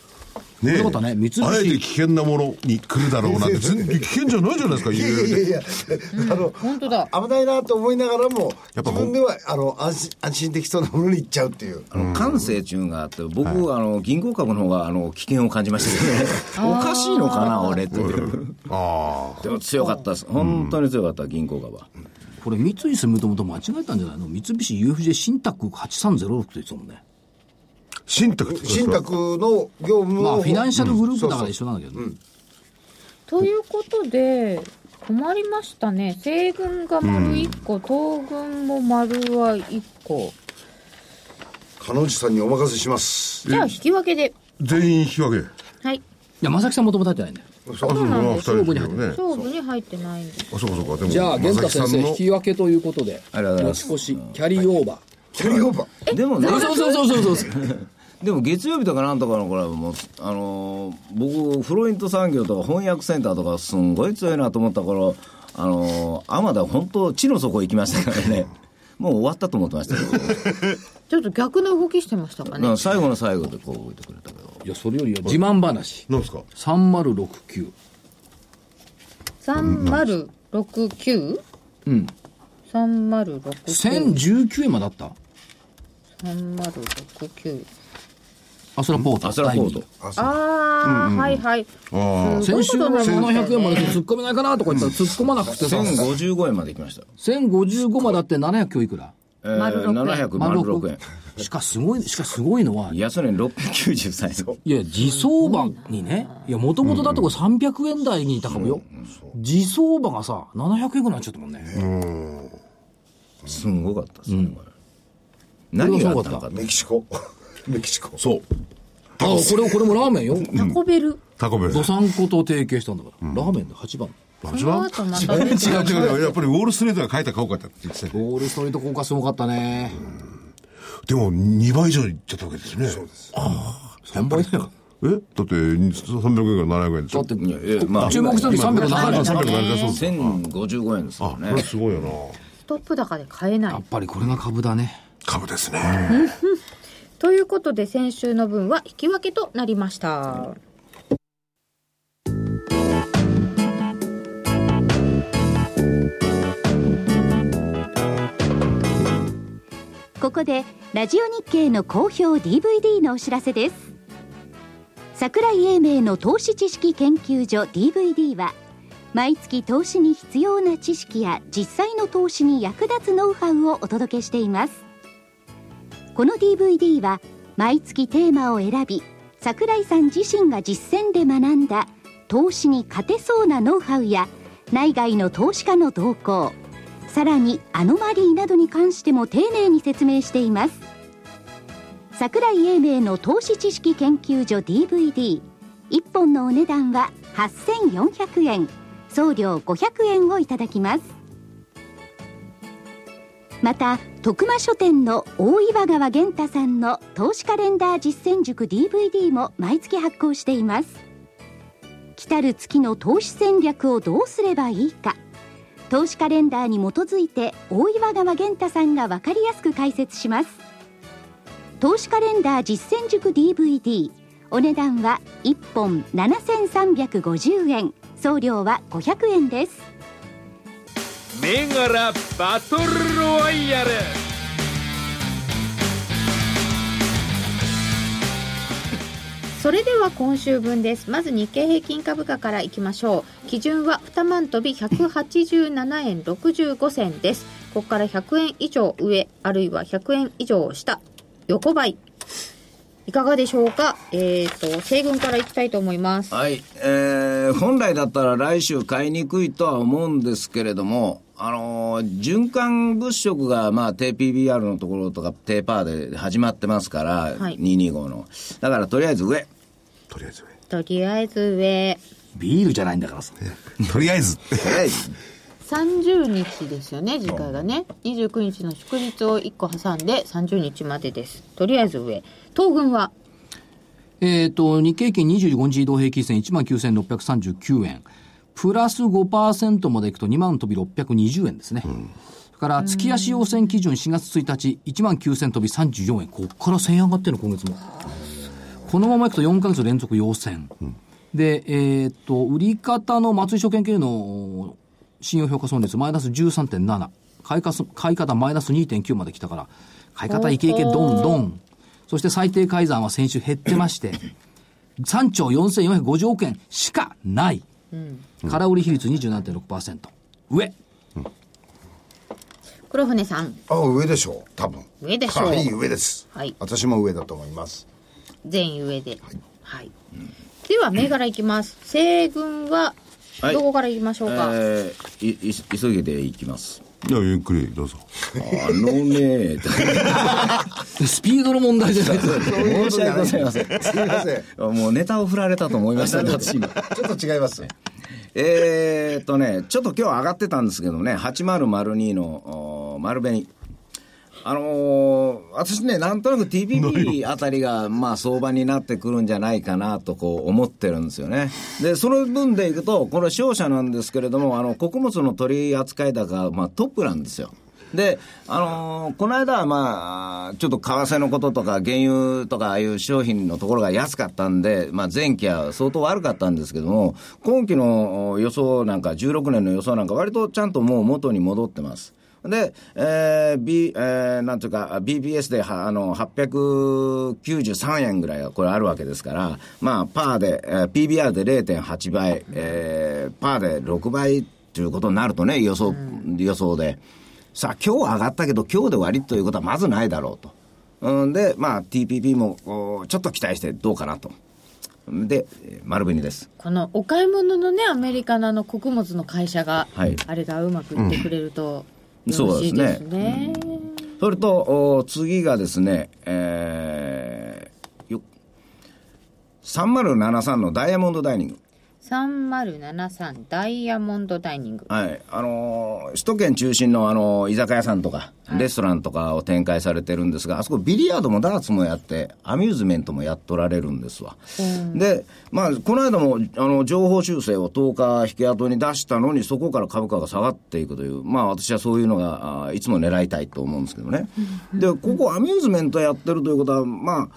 S2: ということはね三菱
S3: あえて危険なものに来るだろうなんて、全然危険じゃないじゃないですか、
S5: いや
S3: 言う
S5: いやいやいや、あの
S1: 本当だ。
S5: 危ないなと思いながらも
S3: や
S5: 自
S3: っぱ
S5: 分ではあの安心安心できそうなものに行っちゃうっていう
S4: あの感性っていうのがあって、僕、あの銀行株の方があの危険を感じま したけどね、おかしいのかな、俺って、
S3: ああ。
S4: でも強かったです、本当に強かった、銀行株は。
S2: これ三井住友と間違えたんじゃないの三菱 UFJ 信託8306って言ってたもんね。
S3: 信託ってことです
S5: 信
S3: か
S5: 託の業務を、
S2: まあ、フィナンシャルグループだから
S5: うん
S2: 一緒なんだけどね。
S1: ということで、困りましたね。西軍が丸1個、東軍も丸は1個。
S5: 加納さんにお任せします
S1: じゃあ引き分けで。
S3: 全員引き分け。
S1: はい。
S2: いや、正木さんもともと入ってないんだよ。
S3: あ、そうそう、二人ですよね。
S1: 勝負に入ってないんです。
S3: あ、そうかそうか。でも、
S2: じゃあ、源太
S3: 正
S2: 先
S3: 木
S2: 生
S3: さんの
S2: 引き分けということで、
S4: ありがとうござい
S2: 持
S4: ま
S2: ち
S4: す
S2: 越し、キャリーオーバー。
S5: キャリーオーバー
S4: でもね、
S2: そうそうそうそうそうそう。
S4: でも月曜日とかなんとかのこれはもう、あのー僕、フロイント産業とか翻訳センターとか、すんごい強いなと思った頃、あのー、アマダ、本当、地の底行きましたからね、 もう終わったと思ってましたけ
S1: ちょっと逆の動きしてましたか
S4: ど、
S1: ね。
S4: な最後の最後でこう動いてくれたけど、
S2: いや、それより自慢話。
S3: なんですか
S2: 3069。
S1: 3069?
S2: うん。
S1: 3069。
S2: 1019円まであった
S1: 3069。
S2: アスラポート。
S4: アスラポート、
S1: あー、はいはい。
S3: ああ。
S2: 先週は
S1: そういうことなんで
S2: 700円
S1: すよね
S2: まで突っ込めないかなとか言ったら突っ込まなくてさ、
S4: 1055円まで行きましたよ、
S2: 1055まであって700今日いくら
S4: えー、700、丸6円、
S2: しかすごい、しかすごいのは、い
S4: 安値693円、
S2: や、自相場にね、いや、もともとだとこれ300円台にいたかもよ。自相場がさ、700円ぐらいになっちゃったもんね。
S4: すんごかったですね、これ。何があったのかって
S5: メキシコメキシコ
S3: そう。
S2: あ、これ、これもラーメンよ。
S1: タコベル。
S3: タコベル。
S2: ドサンコと提携したんだから。ラーメンで8番。
S3: あ
S1: そ
S3: 一
S1: の
S3: 番
S1: 後ま
S3: 違
S1: た
S3: う
S1: ね
S3: 違う違う。やっぱりウォールストリートが書いた顔かったって言ってたよね
S2: ゴールストリート効果すごかったね。
S3: でも、2倍以上いっちゃったわけですね。
S2: 3倍だよ。
S3: えだって、300円から700円でし
S2: だ
S3: ょ
S2: って、
S4: いやいやまあ
S2: 注目した時370円
S3: あ
S2: だった
S3: 370円だそうです
S4: 1055円です
S3: あ
S4: よ、
S3: こ
S4: ね
S3: れ。すごいよな。
S1: ストップ高で買えない
S2: やっ。ぱりこれが株だね。
S3: 株ですね。
S1: ということで先週の分は引き分けとなりました
S6: ここでラジオ日経の好評 DVD のお知らせです桜井英明の投資知識研究所 DVD は毎月投資に必要な知識や実際の投資に役立つノウハウをお届けしていますこの DVD は毎月テーマを選び桜井さん自身が実践で学んだ投資に勝てそうなノウハウや内外の投資家の動向さらにアノマリーなどに関しても丁寧に説明しています桜井英明の投資知識研究所 DVD1 本のお値段は8400円送料500円をいただきますまた徳間書店の大岩川源太さんの投資カレンダー実践塾 DVD も毎月発行しています来たる月の投資戦略をどうすればいいか投資カレンダーに基づいて大岩川源太さんが分かりやすく解説します投資カレンダー実践塾 DVD お値段は1本7350円送料は500円です
S7: 銘柄バトルロワイヤル
S1: それでは今週分ですまず日経平均株価からいきましょう基準は2万飛び187円65銭ですここから100円以上上あるいは100円以上下横ばいいかがでしょうかえっ、と西軍からいきたいと思います
S4: はい、えー本来だったら来週買いにくいとは思うんですけれども、あのー循環物色が、まあ、低 PBR のところとか、低パーで始まってますから、
S1: はい
S4: 225の。だから、とりあえず上。
S3: とりあえずね
S1: とりあえず上
S2: ビールじゃないんだからさ。
S3: とりあえず。
S4: とりあえず。
S1: 30日ですよね次回がね29日の祝日を1個挟んで30日までですとりあえず上東軍は
S2: えっ、と、日経平均25日移動平均線19,639円。プラス5%までいくと2万飛び620円ですね。それから、月足要線基準4月1日、19,000飛び34円。こっから1000円上がってるの、今月も。このままいくと4ヶ月連続要線。で、えっ、と、売り方の松井証券経営の信用評価損率マイナス13.7。買いかす買い方マイナス2.9まで来たから、買い方イケイケどんどん。そして最低改ざんは先週減ってま して、3兆4450億円しかない。空売り比率27.6%。上。
S1: 黒船さん
S5: あ上でしょう多分
S1: 上でしょう
S5: はい上です、
S1: はい
S5: 私も上だと思います
S1: 全員上ではい、では銘柄いきます西軍は
S4: はい
S1: どこからいきましょうか、
S4: えーいい急げでいきます。
S3: いや、ゆっくりどうぞ。
S4: あのね、
S2: スピードの問題じゃないですか。
S4: 申し訳ございません。
S5: すみません
S4: もうネタを振られたと思いましたね、私今。
S5: ちょっと違いますね
S4: えーっとね、ちょっと今日上がってたんですけどね、8002のおー丸紅。あのー私ね、なんとなく TPP あたりが、まあ、相場になってくるんじゃないかなと、こう、思ってるんですよね。で、その分でいくと、この商社なんですけれども、あの、穀物の取扱い高が、まあ、トップなんですよ。で、あのーこの間はまあ、ちょっと為替のこととか、原油とか、ああいう商品のところが安かったんで、まあ、前期は相当悪かったんですけども、今期のお予想なんか、16年の予想なんか、割とちゃんともう元に戻ってます。で、えー B えーなんていうか、BBS ではあの893円ぐらいがこれあるわけですから、まあ、パーで、えー PBR で0.8倍、えーパーで6倍ということになるとね、予想,、予想で。さあ、今日は上がったけど、今日で終わりということはまずないだろうと。うんで、まあ、TPP もおちょっと期待してどうかなと。で、えー丸紅です。
S1: このお買い物のねアメリカのあの穀物の会社が、
S4: はい
S1: あれがうまくいってくれると、
S4: うん
S1: よろしいです
S4: そうです
S1: ね
S4: それと、お次がですね、えー、よ3073のダイヤモンドダイニング。
S1: 3073ダイヤモンドダイニング
S4: はい。あのー首都圏中心の、あのー居酒屋さんとか、レストランとかを展開されてるんですが、あそこビリヤードもダーツもやって、アミューズメントもやっとられるんですわ。で、まあ、この間も、あの、情報修正を10日引け跡に出したのに、そこから株価が下がっていくという、まあ、私はそういうのが、あーいつも狙いたいと思うんですけどね。で、ここアミューズメントやってるということは、まあ、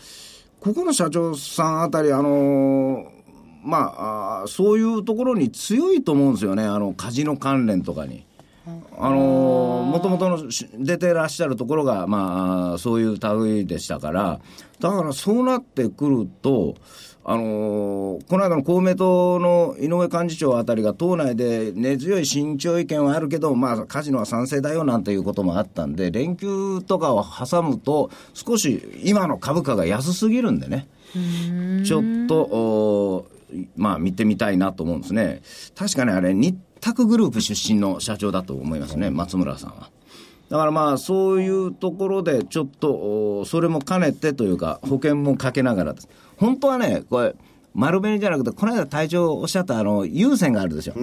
S4: ここの社長さんあたり、あのーまああー、そういうところに強いと思うんですよね、あのカジノ関連とかに。あのもともとのし出てらっしゃるところが、まああー、そういう類でしたから、だからそうなってくると、あのーこの間の公明党の井上幹事長あたりが、党内で根強い慎重意見はあるけど、まあ、カジノは賛成だよなんていうこともあったんで、連休とかを挟むと、少し今の株価が安すぎるんでね。ちょっと、おーまあ、見てみたいなと思うんですね。確かにあれ、日卓グループ出身の社長だと思いますね、松村さんは。だからまあ、そういうところで、ちょっと、おーそれも兼ねてというか、保険もかけながらです。本当はね、これ、丸紅じゃなくて、この間隊長おっしゃった、あの、優先があるでしょ。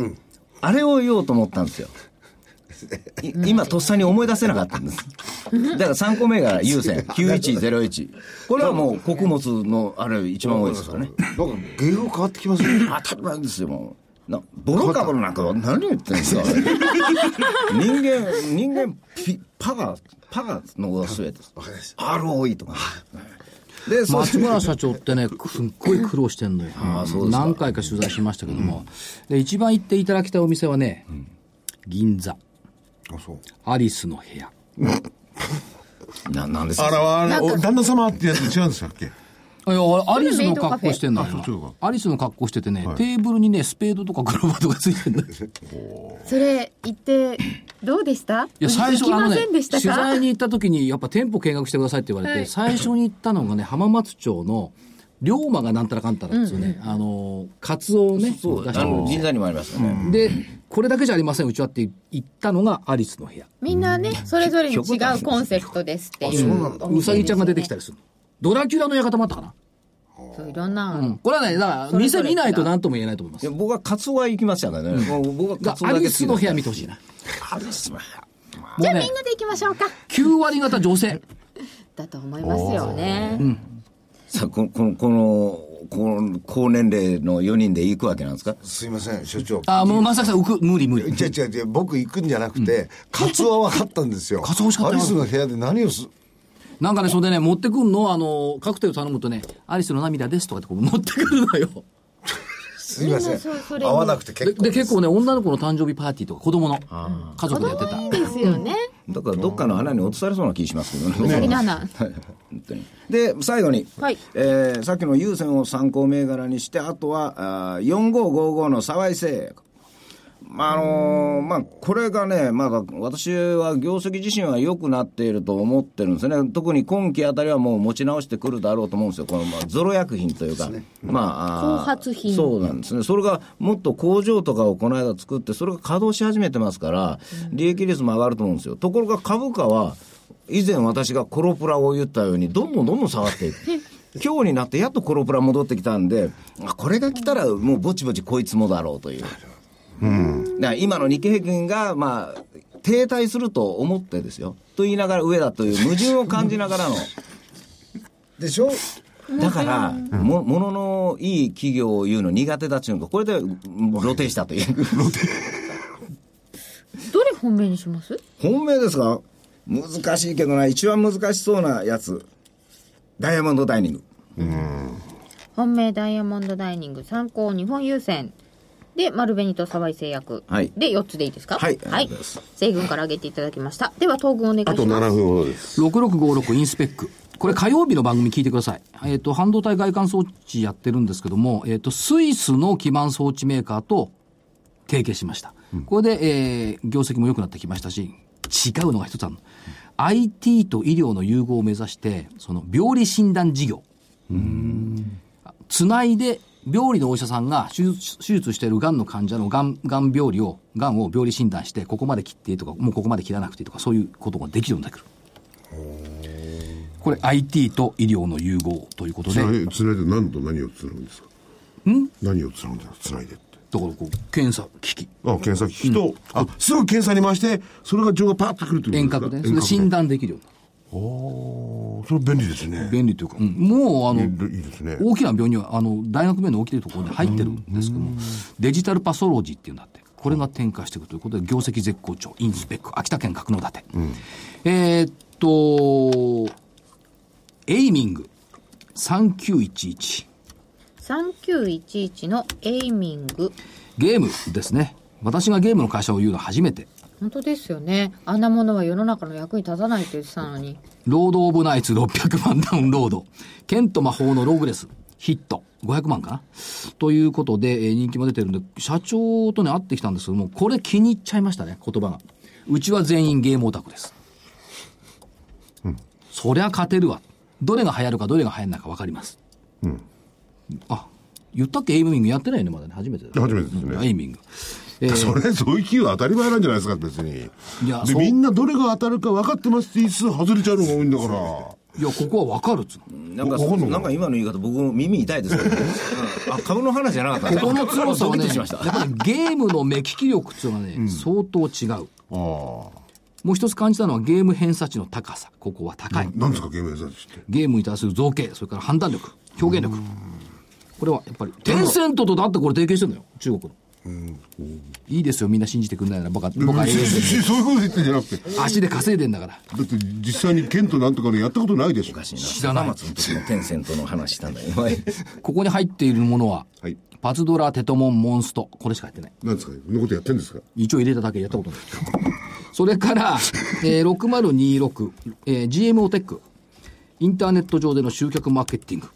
S4: あれを言おうと思ったんですよ。い今、とっさに思い出せなかったんです。だから3個目が優先、9101。これはもう穀物の、あれ、一番多いですからね。
S5: なんか芸風変わってきますね
S4: 当たり前ですよ、もう。なボロカボロなんか何言ってんですか 人間人間ピパガパガの方が全てです ROE とかでそう
S2: 松村社長ってね、すっごい苦労してんのよ。
S4: そうですか
S2: 何回か取材しましたけども、で一番行っていただきたいお店はね、銀座、
S5: あそう
S2: アリスの部屋。
S4: ななんです
S3: あら
S4: か
S3: わ、あのお旦那様ってやつ違うんでしたっけ
S2: いや、アリスの格好してんのよ
S3: メイドカフェあそうそう。
S2: アリスの格好しててね、テーブルにね、スペードとかグローバーとかついてんだ よ。
S1: それ行ってどうでしたい
S2: いや、最初、
S1: 行き
S2: あのね
S1: ませんで、した
S2: 取
S1: か
S2: 材に行った時に、やっぱ店舗見学してくださいって言われて、
S1: はい
S2: 最初に行ったのがね、浜松町の龍馬がなんたらかんたらですよね。あの、カツオをね、
S4: そう、
S2: 出
S4: あ
S2: した
S4: の、銀座にもありましたね。
S2: で、これだけじゃありません、うちはって言ったのがアリスの部屋。
S1: みんなね、それぞれに違うコンセプトですっていう。
S2: うさぎちゃんが出てきたりする。ドラキュラの館もあったかな。
S1: そういろんな、
S2: うん。これはね、だから、店見ないと何とも言えないと思いま
S4: い
S2: す
S4: や。僕はカツオは行きましたからね。もう僕はカ
S2: が
S4: ツオ
S2: ア
S4: だけ
S2: リ
S4: 好
S2: ス
S4: き
S2: の
S4: だ
S2: 部屋見てほしいな。
S4: アリスの部屋。
S2: もう
S1: み
S2: ね
S1: ん、なで行きましょうか。
S2: 9割方女性。
S1: だと思いますよね。
S4: さあ、この、この、この、この高年齢の4人で行くわけなんですか
S5: すいません所長
S2: あ、もうまさきさん、うく、無理無理。
S5: 違う違う違う僕行くんじゃなくて、カツオは分かったんですよ
S2: カツオ美味しかった
S5: ア
S2: よ
S5: リスの部屋で何をす
S2: なんかね、それでね、持ってくんの、あの、カクテル頼むとね、アリスの涙ですとかってこう持ってくるのよ。
S5: すいません
S1: そうそれ
S5: 合わなくて
S2: で
S5: 結構
S2: で、結構ね、女の子の誕生日パーティーとか、子供の、家族でやってた。
S1: ですよね。
S4: だからどっかの穴に落とされそうな気しますけどね。
S1: 次7。
S4: はい本当にで最後に、
S1: はい
S4: えーさっきの優先を参考銘柄にしてあとはあー4555の沢井製薬まああのーまあ、これがね、まあ、私は業績自身は良くなっていると思ってるんですね、特に今期あたりはもう持ち直してくるだろうと思うんですよ、このまあゾロ薬品というか、まあ、あー
S1: 後発品
S4: そうなんですね、それがもっと工場とかをこの間作って、それが稼働し始めてますから、利益率も上がると思うんですよ。ところが株価は以前私がコロプラを言ったように、どんどんどんどん下 がっていく。今日になってやっとコロプラ戻ってきたんで、あこれが来たらもうぼちぼちこいつもだろうという。だから今の日経平均が、まあ、停滞すると思ってですよ。と言いながら上だという矛盾を感じな がらの。
S5: でしょ
S4: だから、も、もののいい企業を言うの苦手だっていうのが、これでもう露呈し たという。
S1: どれ本命にします
S4: 本命ですか難しいけどな、一番難しそうなやつ。ダイヤモンドダイニング。
S1: 本命ダイヤモンドダイニング参考日本優先で丸紅と沢井製薬、
S4: はい
S1: で4つでいいですか
S4: はい
S1: は
S4: あり
S1: い
S4: がとうございます、
S1: 西軍から上げていただきましたでは東軍お願いしま
S3: あ
S1: す
S3: と7分ほどです。
S2: 6656インスペック。これ火曜日の番組聞いてください。えっ、と、半導体外観装置やってるんですけども、えっ、と、スイスの基盤装置メーカーと提携しました。これで、えー業績も良くなってきましたし、違うのが一つあるの。IT と医療の融合を目指して、その病理診断事業。つないで、病理のお医者さんが手術手術しているがんの患者のがん、がん病理を、がんを病理診断して、ここまで切っていいとか、もうここまで切らなくていいとか、そういうことができるようになってくる。これ IT と医療の融合ということ
S3: つ
S2: で、
S3: な
S2: だ
S3: いつないで何と何をつなぐんですか何をつなぐんですかつないでって
S2: からこう、検査機器、
S3: あ検査機器と、あすぐ検査に回してそれが情報がパッとくるってことです
S2: 遠
S3: か
S2: 隔でね、それで診
S3: 断
S2: 断できるようになる
S3: それ便利ですね
S2: 便利というか、うんもうあの、
S3: いいいいですね
S2: 大きな病院は、あの、大学病院の大きいところに入ってるんですけども、デジタルパソロジーっていうんだって、これが展開していくということで、業績絶好調、インスペック、秋田県格納立て。えーっと、エイミング、3911。
S1: 3911のエイミング
S2: ゲームですね。私がゲームの会社を言うのは初めて。
S1: 本当ですよねあんなものは世の中の役に立たないと言ってたのに
S2: ロード・オブ・ナイツ600万ダウンロード。剣と魔法のローグレス。ヒット。500万かなということで、えー人気も出てるんで、社長とね、会ってきたんですけども、これ気に入っちゃいましたね、言葉が。うちは全員ゲームオタクです。そりゃ勝てるわ。どれが流行るかどれが流行らないか分かります。あ、言ったっけエイミングやってないよね、まだね。初めてだ、
S3: 初めてですね
S2: うんエイミング。えー
S3: それそういう企業は当たり前なんじゃないですか別に
S2: いや
S3: で
S2: そう
S3: みんなどれが当たるか分かってますって言いつつ外れちゃうのが多いん だから
S2: いや、ここは分かるっつうの。
S4: なんか、
S3: わかんのかな
S4: なんか今の言い方、僕も耳痛いですけど、あ、株の話じゃなかったんです
S2: こ
S4: ね
S2: の強さは
S4: ドキ
S2: ね、
S4: ッとしました
S2: やっぱりゲームの目利き力っていうのはね、相当違う。
S3: ああ
S2: もう一つ感じたのはゲーム偏差値の高さ。ここは高い。
S3: 何ですかゲームやつって
S2: ゲームに対する造形、それから判断力、表現力。これはやっぱり、テンセントとだってこれ提携してるのよ、中国の。いいですよ、みんな信じてくんないなら、バカ、バカ AS で、
S3: しそういうこと言ってんじゃなくてだ
S2: 足で稼いでんだから。
S3: って実際に剣となんとかのやったことないでしょ
S4: おかしいな。
S2: 知らない
S4: 浜松の時のテンセントの話したんだよ。
S2: ここに入っているものは、
S3: はい
S2: パズドラ、テトモン、モンスト。これしか入ってない。
S3: 何ですかそんなことやってんですか
S2: 一応入れただけやったことない。それから、えー6026、えー GMO テック、インターネット上での集客マーケティング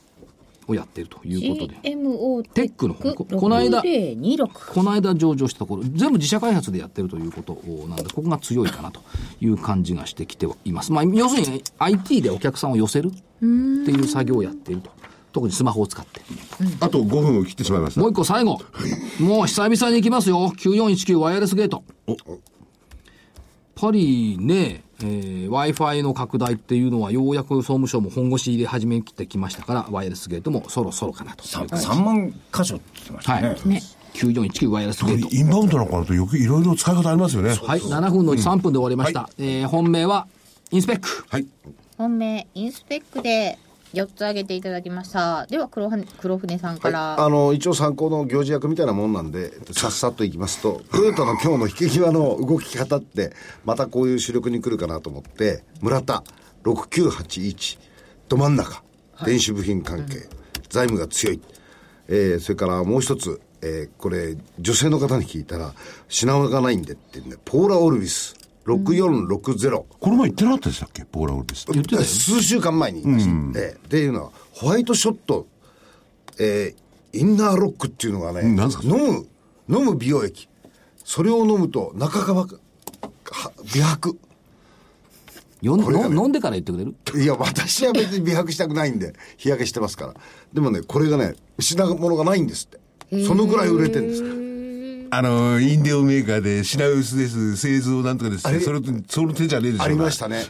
S2: をやっているということで、
S1: GMO
S2: テ
S1: テ
S2: ックの方
S1: ッ
S2: こ
S1: ク
S2: この間
S1: 6026
S2: この間上場したところ、全部自社開発でやってるということなんで、ここが強いかなという感じがしてきてはいます。まあ、要するに IT でお客さんを寄せるっていう作業をやっていると特にスマホを使って。
S3: あと5分を切ってしまいました
S2: もう一個最後。もう久々に行きますよ。9419ワイヤレスゲート。パリね、えー Wi-Fi の拡大っていうのはようやく総務省も本腰入れ始めきてきましたから、ワイヤレスゲートもそろそろかなと。
S4: 3, 万箇所って言ってました
S2: は
S4: ね、
S2: い。9419ワイヤレスゲート。
S3: インバウンドなんかだとよくいろいろ使い方ありますよね
S2: はい、7分のうち3分で終わりました。えー本命は、インスペック。
S3: はい
S1: 本命インスペックで4つ挙げていただきましたでは黒は黒船さんか
S5: はい、
S1: ら、
S5: あの一応参考の行事役みたいなもんなんでさっさといきますとトヨタの今日の引き際の動き方ってまたこういう主力に来るかなと思って村田6981ど真ん中電子部品関係、財務が強い、えーそれからもう一つ、えーこれ女性の方に聞いたら品物がないんでってんでポーラオルビス6460、
S3: この前言ってなかったでしたっけポーラオルです
S2: 言ってたよ
S5: 数週間前に言いました、ええでいうのはホワイトショット、えーインナーロックっていうのがね
S3: んなんですか
S5: 飲む飲む美容液それを飲むと中がばくは美白
S2: よん
S5: これがね
S2: の飲んでから言ってくれる
S5: いや私は別に美白したくないんで日焼けしてますからでもねこれがね品物がないんですってそのぐらい売れてるんですって
S3: あのインデオメーカーで品薄です製造なんとかです
S5: あれ
S3: それその手じゃねえでしょ
S5: ありましたね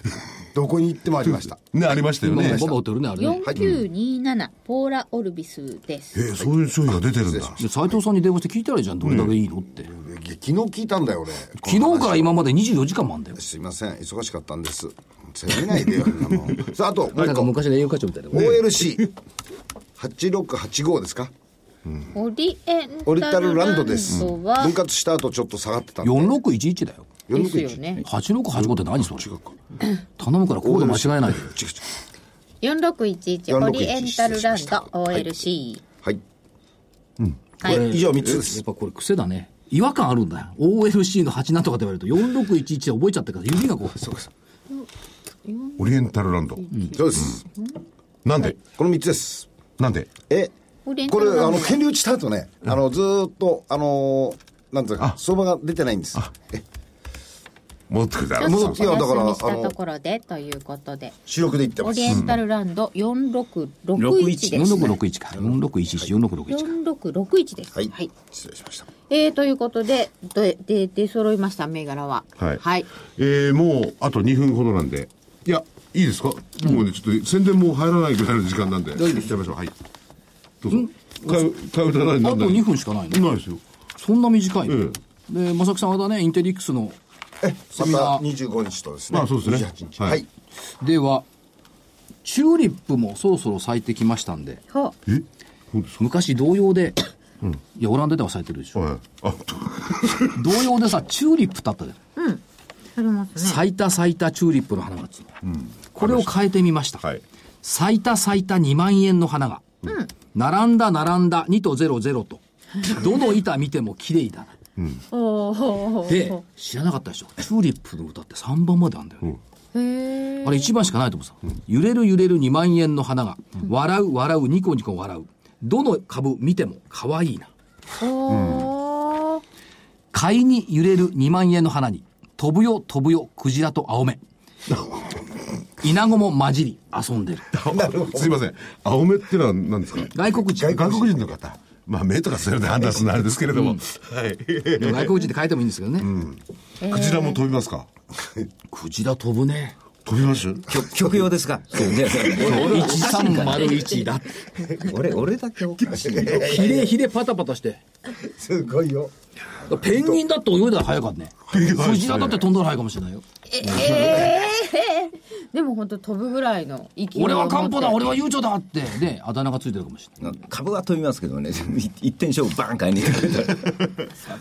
S5: どこに行ってもありました
S3: ねありましたよ
S2: 今
S3: ね
S2: もボバ打ってるね、あれね。
S1: 4927ポーラオルビスです、
S3: えーそういう商品が出てるんだ
S2: で斉藤さんに電話して聞いたらいいじゃん、どれだけいいのって。
S5: で昨日聞いたんだよ俺
S2: 昨日から今まで24時間もあんだよ。
S5: すいません忙しかったんです責めないでよそんなもんさああともう
S2: な
S5: 一
S2: んか
S5: 個
S2: 昔の栄養課長みたいな。
S5: OLC8685 ですか
S1: オリエン
S5: オリ
S1: タ
S5: タ
S1: ル
S5: ル
S1: ラ
S5: ラ
S1: ン
S5: ン
S1: ド
S5: ド
S1: で
S5: ですす分
S1: は
S5: 割した後ちょっと下がってたんで
S2: 4611だよ。
S1: ですよ
S5: 461
S1: ね
S2: 8685って何それ
S5: 違うか
S2: 頼むからコード間違えないで。
S5: 違う違う
S1: 4611オ
S5: 4611
S1: リエンタルランド
S5: はい
S1: OLC
S5: はい
S1: はい、
S5: 以上3つで
S2: やっ
S5: す
S2: ぱこれ癖だね。違和感あるんだよ。OLC の8なんとかって言われると4611で覚えちゃってるから指がこう。
S3: オリエンタルランド
S5: そうです
S3: なんで
S5: この3つです
S3: なんで
S5: え
S1: オリエンタ
S5: これ
S1: ルラ
S5: あ
S1: ンド
S5: の権利打ちした後ねあのずーっとあのーなんていうか相場が出てないんですえ
S3: 持ってくれたら
S5: もう
S1: ちょっと
S5: いやだから
S1: お休みし
S5: あ
S1: た
S5: の
S1: ところでということで
S5: 主力でいって
S1: オ
S5: ます
S1: リエンタルランド4661です
S2: 4661か。4611、4661か。
S1: 4661です
S5: はい、
S1: はい
S5: 失礼しました
S1: えー、ということで、で、で、出揃いました、銘柄は。
S3: はい、
S1: はい。
S3: えーもうあと2分ほどなんでいやいいですか、もうねちょっと宣伝も入らないぐらいの時間なんで大丈夫しちゃいましょうはいどうぞ買う買うたら
S2: あ
S3: な
S2: と
S3: んだ
S2: 2分しかないね。
S3: ないですよ
S2: そんな短いの、
S3: え
S2: で、まさきさんはだね、インテリックスのセミ
S5: ま
S2: ナ
S5: た
S2: ー。
S5: 25日とですね
S3: あそうですね
S5: 28日
S3: はい
S5: はい
S2: では、チューリップもそろそろ咲いてきましたんで、
S1: は
S3: えそうですか
S2: 昔同様で、いや、オランダでは咲いてるでしょ。
S3: はいあ
S2: 同様でさ、チューリップってあったじゃん。
S1: ありますね。
S2: 咲いた咲いたチューリップの花がつく、これを変えてみました、
S3: はい
S2: 咲いた咲いた2万円の花が、並んだ並んだ2と00とどの板見ても綺麗だ
S1: おー
S2: なで知らなかったでしょチューリップの歌って3番まであるんだよね、
S1: へー
S2: あれ1番しかないと思うさ、揺れる揺れる2万円の花が、笑う笑うニコニコ笑うどの株見ても可愛いな
S1: おー
S2: 買いに揺れる2万円の花に、飛ぶよ飛ぶよクジラと青目。イナゴも混じり遊んでる。
S3: とすいません青目ってのは何ですか
S2: 外国人。
S3: 外国人の方まあ目とかそれで判断するのはあれですけれども、はい
S2: でも外国人って書いてもいいんですけどね。
S3: クジラも飛びますか
S2: クジラ飛ぶね。
S3: 飛びます
S4: 曲曲用ですか
S2: 1301だって。
S4: 俺俺だけおかしい
S2: ひれひれパタパタして。
S5: すごいよ
S2: ペンギンだって泳いだら早かったね。クジラだって飛んだら早いかもしれないよ。
S1: でも本当飛ぶぐらいの勢いを持って
S2: 俺はカンポだ、俺は悠長だって。で、あだ名がついてるかもしれない。
S4: 株は飛びますけどね 一点勝負バーン買いに行く
S1: それ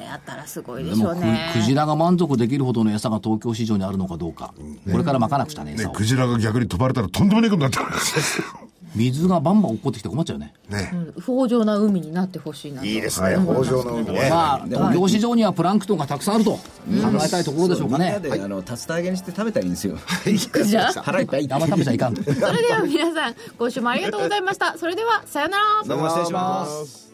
S1: あったらすごいで
S2: で
S1: しょ
S2: も
S1: う
S2: ク
S1: ね。
S2: クジラが満足できるほどの餌が東京市場にあるのかどうか。これからまかなくちゃね、
S3: ね
S2: 餌を。
S3: クジラが逆に飛ばれたらとんでもねえことになってくる
S2: 水がバンバン落っこってきて困っちゃうね。
S1: 豊穣な海になってほしいなと。
S5: いいですね北条の海ね
S2: まあ、東京市場にはプランクトンがたくさんあると考えたいところでしょうか
S4: みんな
S2: ね。
S4: であの竜田揚げにして食べたらいいんですよ
S1: クジラ
S4: 腹いっぱい
S2: あんま食べちゃいかんと。
S1: それでは皆さん、今週もありがとうございました。それでは、さよなら。
S4: どうも失礼します